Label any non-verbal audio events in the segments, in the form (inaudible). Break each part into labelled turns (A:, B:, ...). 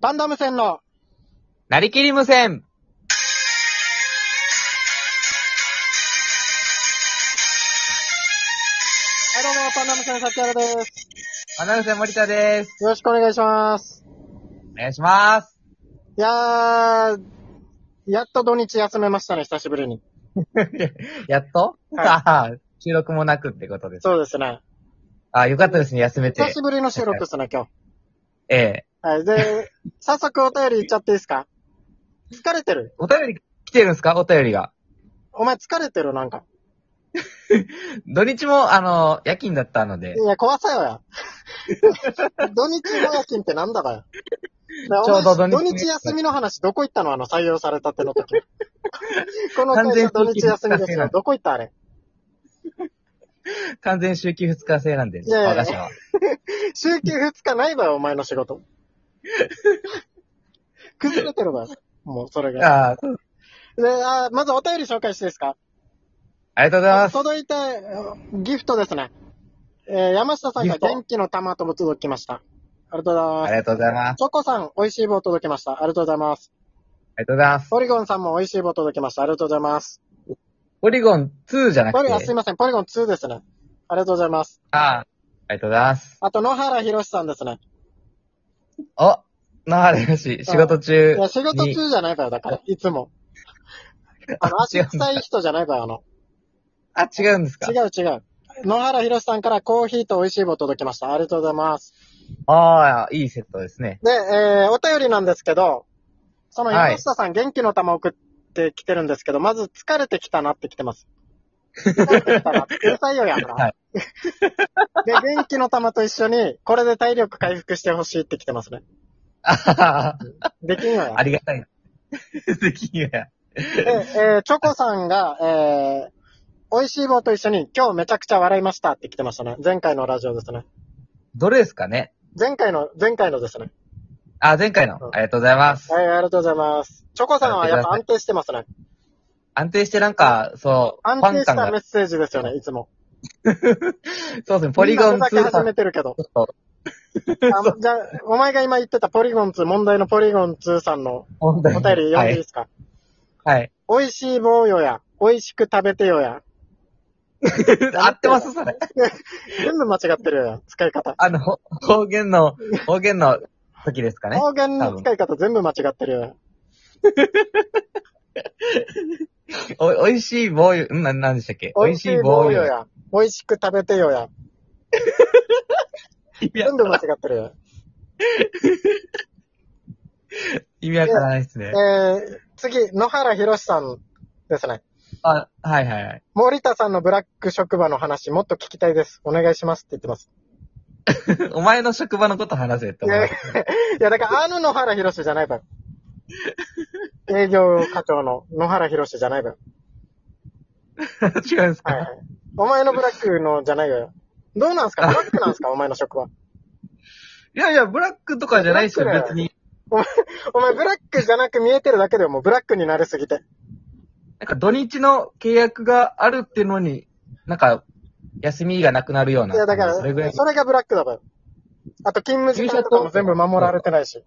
A: バンダム戦の、
B: なりきり無線
A: はいどうも、バンダム戦の崎原です。
B: アナウンサー森田です。
A: よろしくお願いします。
B: お願いします。
A: いやー、やっと土日休めましたね、久しぶりに。
B: やっと、
A: はい
B: あー収録もなくってことです。
A: そうですね。
B: あーよかったですね、休め
A: 久
B: て
A: し。ぶりの収録ですね、今日。
B: ええ
A: はい、
B: (laughs)
A: で、早速お便り言っちゃっていいですか疲れてる
B: お便り来てるんですかお便りが。
A: お前疲れてるなんか。
B: 土日も、あの、夜勤だったので
A: い、や、怖さよ
B: (laughs)
A: や。土日の夜勤ってなんだかよ。
B: ちょうど土日
A: 土日休みの話、どこ行ったのあの、採用されたての
B: (laughs)
A: 時。この
B: 完
A: 会
B: 全
A: 社
B: に
A: 土日休みですよ。どこ行ったあれ。
B: 完全週休2日制なんで、
A: いやいや
B: 我が社は。
A: 週休2日ないだよ、お前の仕
B: (laughs)
A: 事。崩れてるだよ。もう、それが。
B: あーそう
A: で、あまずお便り紹介していいですか
B: ありがとうございます。
A: 届いたギフトですね。えー山下さん
B: ギ
A: が
B: フト
A: 元気の玉とも届きました。ありがとうございま
B: あ
A: す。
B: りがとうございます。
A: チョコさん、美味しい棒届きました。ありがとうございます。
B: ありがとうございます。
A: ポリゴンさんも美味しい棒届きました。ありがとうございます。
B: ポリゴン2じゃな
A: ポ
B: く
A: リ
B: て、
A: ゴ
B: あ
A: ン、すいません。ポリゴン2ですね。ありがとうございます。
B: あーありがとうございます。
A: あと、野原博さんですね。
B: お、なあれよし、仕事
A: い
B: 中
A: や、仕事
B: に
A: 中じゃないから、
B: (laughs)
A: だから、いつも。あの、足臭い人じゃないから、あの。
B: あ、違うんですか
A: 違う違う。野原博さんからコーヒーと美味しい棒届きました。ありがとうございます。
B: ああ、いいセットですね。
A: で、えー、お便りなんですけど、その
B: はい
A: 山下さん、元気の玉送ってきてるんですけど、まず疲れてきたなって来て
B: (laughs)
A: ます。疲れてきたなって。うるさいよやんな。
B: はい
A: (laughs) で、元気の玉と一緒に、これで体力回復してほしいって来てますね。
B: あはは
A: できんよや
B: あ。りがた (laughs) い。できんや。
A: で、えー、チョコさんが、えー、美味しい棒と一緒に、今日めちゃくちゃ笑いましたって来てましたね。前回のラジオですね。
B: どれですかね
A: 前回の、前回のですね。
B: あ、前回の。ありがとうございます。
A: はい、ありがとうございます。チョコさんはやっぱ安定してますね。
B: 安定してなんか、そう、
A: 安
B: パ
A: 定
B: ン
A: し
B: 感
A: た
B: が
A: メ、ッセージですよね、いつも。
B: そうですね、ポリゴン
A: みんなふざけ
B: 2
A: 始
B: さ
A: めてるけど。
B: んと
A: あじゃあ、お前が今言ってたポリゴン2、問題のポリゴン2さんの
B: お
A: お便り読ん
B: は
A: でいい
B: い
A: で。すか、
B: はい。
A: 美味しい棒よや、美味しく食べてよや。
B: 合ってますそれ。
A: 全部間違ってるよや、使い方。
B: あの、方言の、方言の時ですかね。
A: 方言の使い方全部間違ってるよや。
B: お、おいしい棒よ、んな、なんでしたっけおいしい棒よ。
A: や、美味しく食べてよや。
B: 意味
A: 全部間違ってるよや。
B: 意味わからないですね。
A: えー、次、野原博さんですね。
B: あ、はいはいはい。
A: 森田さんのブラック職場の話、もっと聞きたいです。お願いしますって言ってます。
B: お前の職場のこと話せって
A: い
B: 思
A: や、
B: う
A: い。やだから、あの野原博士じゃない分。営業課長の野原博士じゃない分。
B: (laughs) 違うんです
A: はいは
B: か
A: い。お前のブラックのじゃないよ。どうなんすかブラックなんすかお前の職場。
B: いやいや、ブラックとかじゃないですよ、
A: ブラック
B: 別に。
A: お前ブラックじゃなく見えてるだけでもうブラックになりすぎて。
B: なんか土日の契約があるっていうのに、なんか、休みがなくなるよう
A: い
B: な。
A: やだから、
B: そ
A: そ
B: れぐら
A: れ
B: い。勤
A: がブラックだ分。あと勤務時間とかも全部守られてないし。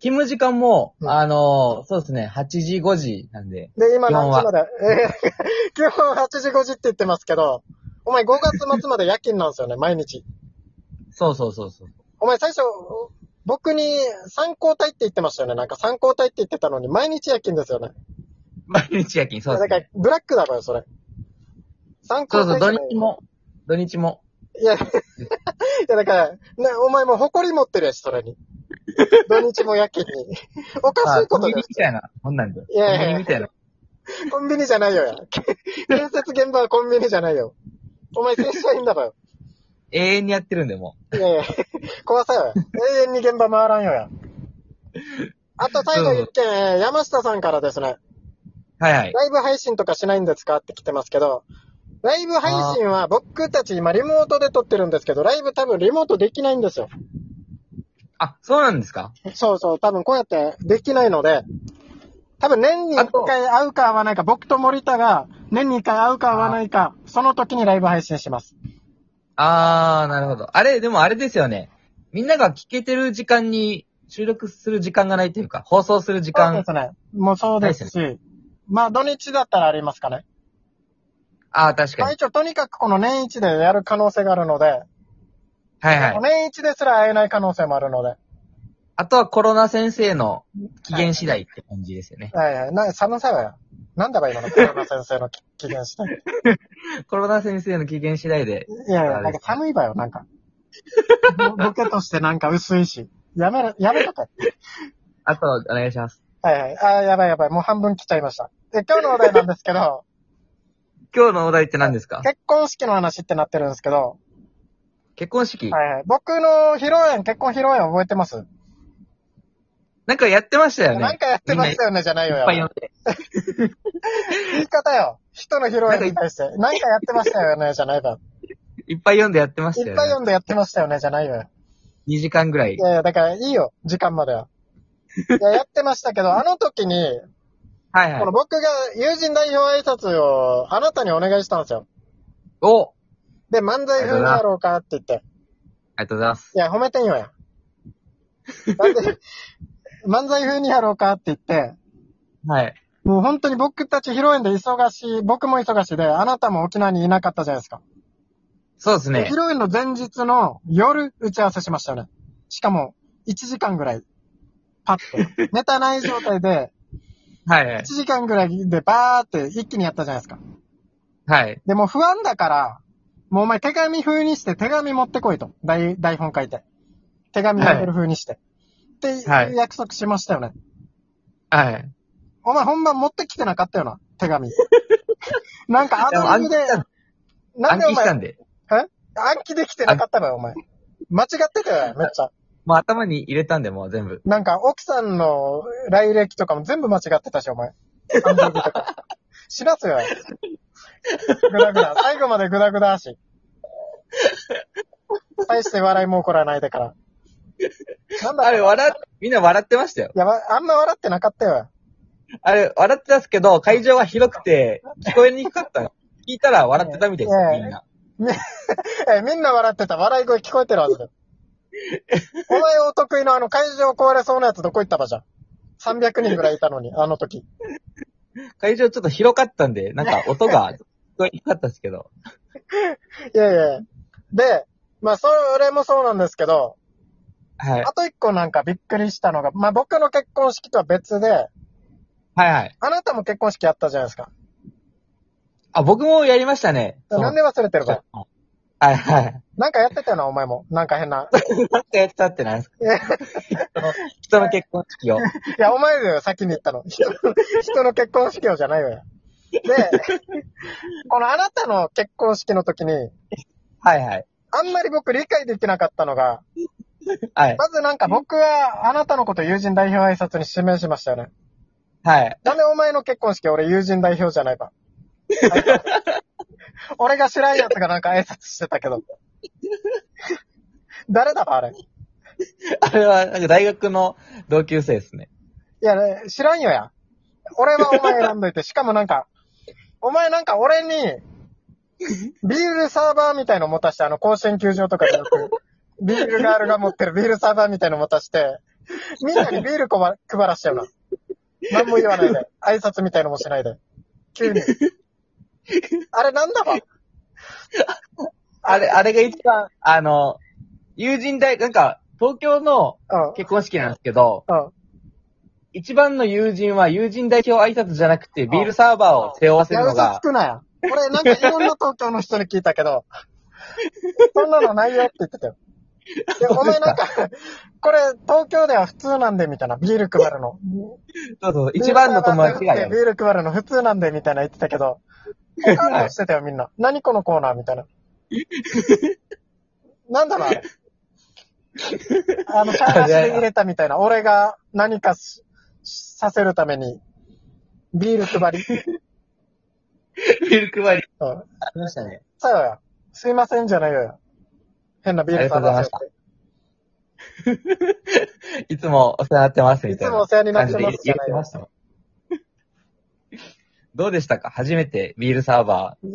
B: 務時間も、
A: うん
B: あのーそうですね、8時、5時なんで。
A: で、今何時まで、 (laughs) えー、基本8時5時って言ってますけど、お前5月末まで夜勤なんですよね、毎日。
B: そうそうそうそう。
A: お前最初、僕に三交代って言ってましたよね。なんか三交代って言ってたのに、毎日夜勤ですよね。
B: 毎日夜勤、そう
A: だ
B: で
A: か
B: す
A: ら
B: ね。、
A: ブラックだろよ、それ。三
B: そう
A: 交
B: そう、
A: 代。
B: 土日。も、土日も。
A: いや、い (laughs) やだから、ね、お前もう誇り持ってるやし、それに。土日も夜勤
B: (laughs)
A: に。おかしい
B: あ、
A: こ
B: コ
A: と
B: ンビ
A: で
B: ニみたいなもんなんだよ。
A: いやいやいや
B: コンビニみたいな。
A: す。コンビニじゃないよや。建設現場はコンビニじゃないよ。お前正社員だろよ。
B: 永遠にやってるんで、も
A: いやいや、怖さよや。永遠に現場回らんよや。あと最後一件、えー山下さんからですね。
B: う。はいはい。
A: ライブ配信とかしないんですかって来てますけど、ライブ配信は僕たち今リモートで撮ってるんですけど、ライブ多分リモートできないんですよ。
B: あ、そうなんですか
A: そうそう、多分こうやってできないので、多分年に
B: あ
A: 1
B: と
A: 回会うか会わないか、僕と森田が年に1回会うか会わないか、その時にライブ配信します。
B: あー、なるほど。あれ、でもあれですよね。みんなが聞けてる時間に収録する時間がないというか、放送する時
A: そうで
B: 間、
A: すね。もうそうですし、まあ土日だったらありますかね。
B: ああ、確
A: まあ
B: かに。
A: 一応とにかくこの年一でやる可能性があるので、
B: はいはい。
A: 年一ですら会えない可能性もあるので、
B: あとはコロナ先生の機嫌次第って感じですよね。
A: はいはい、な、寒さが、なんだか今のコロナ先生のき (laughs) 機嫌したい。
B: コロナ先生の機嫌次第で。
A: いやいや、なんか寒いわよ、なんか。ぼボケとしてなんか薄いし。やめろ、やめとけ。
B: あと、お願いします。
A: はいはい。あーやばいやばい。もう半分来ちゃいました。で、今日のお題なんですけ
B: (laughs)
A: ど、
B: 今日のお題って何ですか
A: 結婚式の話ってなってるんですけど、
B: 結婚式、
A: はいはい。僕の披露宴、結婚披露宴覚えてます、
B: なんかやってましたよ
A: なん
B: ね。
A: かやってましたよね、じゃない
B: い
A: よ。
B: っ
A: や
B: ぱ
A: ば
B: い
A: い
B: 呼んで。
A: 言い方よ。人の披露宴に対して。なんかやってましたよね、じゃないわよ。
B: いっぱい呼んでやってました
A: いっぱい
B: よ
A: 読
B: ね。
A: んでやってましたよね、じゃないよ。
B: 2時間ぐらい
A: い。やいや、だからいいよ、時間までは。いや、やってましたけど、あの時に、
B: はいは
A: こ
B: い
A: の。僕が友人代表挨拶をあなたにお願いしたんですよ。
B: お
A: で、漫才風にやろうかって言って。
B: ありがとうございます。
A: いや、褒めてんよや。なんで、 (laughs) 漫才風にやろうかって言って、
B: はい。
A: もう本当に僕たち披露宴で忙しい、僕も忙しいで、あなたも沖縄にいなかったじゃないですか。
B: そうです
A: 披
B: ね。
A: 露宴の前日の夜、打ち合わせしましたよね。しかも、1時間ぐらい、パッ
B: (laughs)
A: と。ネタない状態で、
B: はいは
A: 1
B: い。
A: 時間ぐらいでバーって一気にやったじゃないですか。
B: はい。
A: で、もう不安だから、もうお前手紙風にして手紙持ってこいと。台台本書いて。手紙読める風にして。って、
B: はい
A: 約束しましたよね。
B: はい。
A: お前本番持ってきてなかったよな、手
B: (laughs)
A: 紙。なんかア
B: でも
A: ド
B: 暗
A: リブ
B: 記
A: で
B: し、たん
A: なん
B: 暗
A: でお前、
B: 記した
A: 暗
B: んで。
A: 記できてなかったのよ、お前。間違ってたよ、めっちゃ。
B: もう頭に入れたんで、もう全部。
A: なんか奥さんの来歴とかも全部間違ってたし、お前。誕生日とか。知らずよ。ぐだぐだ。最後までぐだぐだ足。大して笑いも起こらないだから。なんだ
B: あれ、
A: い
B: 笑っ、みんな笑ってましたよ。
A: やば、あんま笑ってなかったよ。
B: あれ、笑ってたっすけど、会場は広くて、聞こえにくかったの。聞いたら笑ってたみたいです、みんな。
A: え、みんな笑ってた。笑い声聞こえてるはずだよ。お前お得意のあの会場壊れそうなやつどこ行ったばじゃん。300人ぐらいいたのに、あの時。
B: 会場ちょっと広かったんで、なんか音が聞こえにくかったですけど。
A: いやいや。で、まあ、それもそうなんですけど、
B: はい。
A: あと一個なんかびっくりしたのが、まあ、僕の結婚式とは別で、
B: はいはい。
A: あなたも結婚式やったじゃないですか。
B: あ、僕もやりましたね。
A: なんで忘れてるか。
B: はいはい。
A: なんかやってたよな、お前も。なんか変な。
B: なんかやってたってなん
A: (laughs)
B: ですか
A: え
B: 人の結婚式を。
A: いや、お前だよ、先に言ったの。
B: (laughs)
A: 人の人の結婚式をじゃないよや。で、このあなたの結婚式の時に、
B: はいはい。
A: あんまり僕理解できなかったのが、
B: はい。
A: まずなんか僕はあなたのこと友人代表挨拶に指名しましたよね。
B: はい。
A: なんでお前の結婚式俺友人代表じゃないか。俺が知らんやつがなんか挨拶してたけど。誰だかあれ。い
B: あれは、なんか大学の同級生ですね。
A: や、ね、知らんよや。俺はお前選ん
B: (laughs)
A: どいて、しかもなんか、お前なんか俺に、ビールサーバーみたいの持たして、あの、甲子園球場とかでよく、ビールガールが持ってるビールサーバーみたいの持たして、みんなにビールこば配らしてよな。何も言わないで。挨拶みたいのもしないで。急
B: (laughs)
A: に。あれなんだわ。
B: あれ、あれが一番、あの、友人大、なんか、東京の
A: うん。
B: 結婚式なんですけど、
A: うん。
B: 一番の友人は友人代表挨拶じゃなくて、ビールサーバーを背負わせ
A: や
B: るの
A: るぞ
B: が
A: つ、くなや。俺、なんかいろんな東京の人に聞いたけど、 (laughs) そんなのないよって言ってたよ。
B: (laughs)
A: で、お前なんか、これ、東京では普通なんで、みたいな。ビール配るの。
B: そうそう、 (laughs) 一番の友達が
A: ビ
B: やる。
A: ール配るの普通なんで、みたいな言ってたけど、感動してたよ、みんな。何このコーナーみ
B: (laughs)
A: たいな。なんだろう、あれ。あの、シャーラシで入れたみたいな。俺が何かしさせるために、ビール配り。
B: ビール配り。
A: うん
B: ありましたね。
A: さよや。すいませんじゃないよや。変なビールさんだぜっ
B: いつもお世話になってます、みたいな。
A: いつもお世話になってます
B: 感じで言ってま (laughs) したもん。どうでしたか初めてビールサーバ
A: て。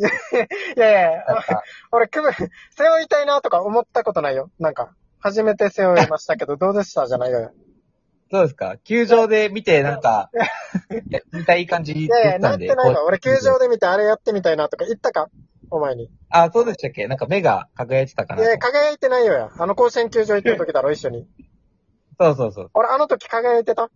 A: いやいや
B: ーだ、った。
A: 俺、くぶ、背
B: (laughs)
A: 負いたいなとか思ったことないよ。なんか、初めて背負いましたけど、どうでしたじゃないよや。
B: どうですか球場で見て、なんか、いや見たい感じ
A: い
B: 言
A: やいや、
B: って
A: な
B: た
A: っ
B: ん
A: て
B: で。
A: ないわ。
B: こう
A: 俺、球場で見てあれやってみたいなとか言ったかお前に。い
B: あ、そうでしたっけなんか目が輝いてたかなと
A: や、輝いてないよや。あの甲子園球場行った時だろ、一緒
B: (laughs)
A: に。
B: そうそうそう。
A: 俺、あの時輝いて
B: (laughs)
A: た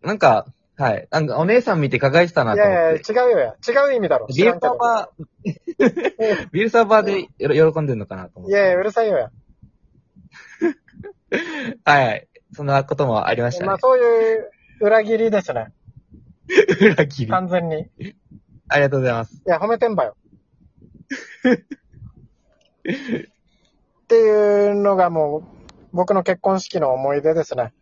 B: なんか、はい。なんかお姉さん見て輝いてたないと思って。
A: やいや、違うよや。違う意味だろ。
B: ビールサーバー、ビールサーバーで喜んでるのかなと思っ
A: い
B: て。
A: やいや、うるさいよや。
B: はいはい。そんなこともありました
A: まあ、
B: ね。
A: そういう裏切りですね。
B: 裏切り。あ
A: 完全に。い
B: りがとうございます。
A: や、褒めてんばよ。っていうのがもう、僕の結婚式の思い出ですね。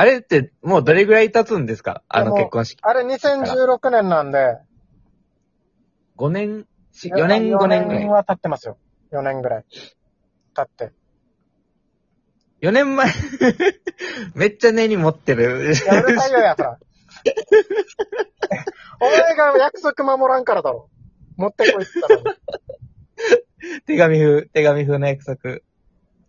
B: あれってもうどれぐらい経つんですかあの結婚式。
A: あれ2016年なんで、
B: 5年、4年、5年ぐら
A: 4
B: い
A: 年。は経ってますよ。4年ぐらい。経って。
B: 4年前 (laughs) めっちゃ根に持っ
A: (laughs)
B: てる。
A: いや、うるさいよや、そ
B: (laughs)
A: ら。お前が約束守らんからだろ。持ってこいって言ったのに。
B: 手紙風、手紙風の約束。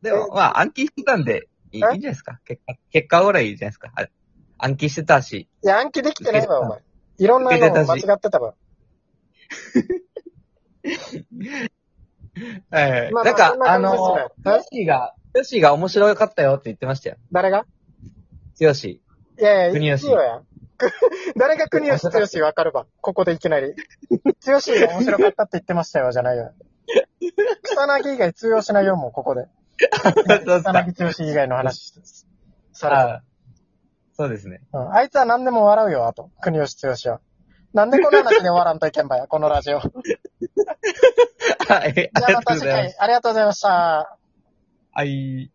B: でも、まあ、暗記してたんで、いいいいん
A: え
B: じゃないですか。結果、結果ぐらいいいじゃないですか。あれ暗記してたし。
A: いや、暗記できてないわよ、お前。いろんなの間違ってたわよ。
B: はいはい。
A: まあ
B: なんか、
A: まあ
B: あ
A: そんな感じで
B: の、
A: すね
B: ヨッシーが、ヨッシーが面白かったよって言ってましたよ。
A: 誰が
B: ヨッシ
A: いやい
B: 国
A: や、
B: 吉
A: いいよや。く (laughs) 誰が国吉剛しわかるば。ここでいきなり。剛しが面白かったって言ってましたよ、じゃないよ。草薙以外通用しないよ、もう、ここで。 (laughs)
B: ー。 (laughs) そうっ
A: 草
B: すか
A: 薙剛以外の話してさら
B: あーそうですね。 (laughs)
A: うん。あいつは何でも笑うよ、あと。国吉剛は。なんでこの話で終わらんといけんばよ、このラジオ。じ
B: はい、あり
A: ゃあ
B: が
A: ま
B: とう
A: た
B: ご
A: 次
B: ざいま
A: 回
B: す。、
A: ありがとうございました。
B: はい。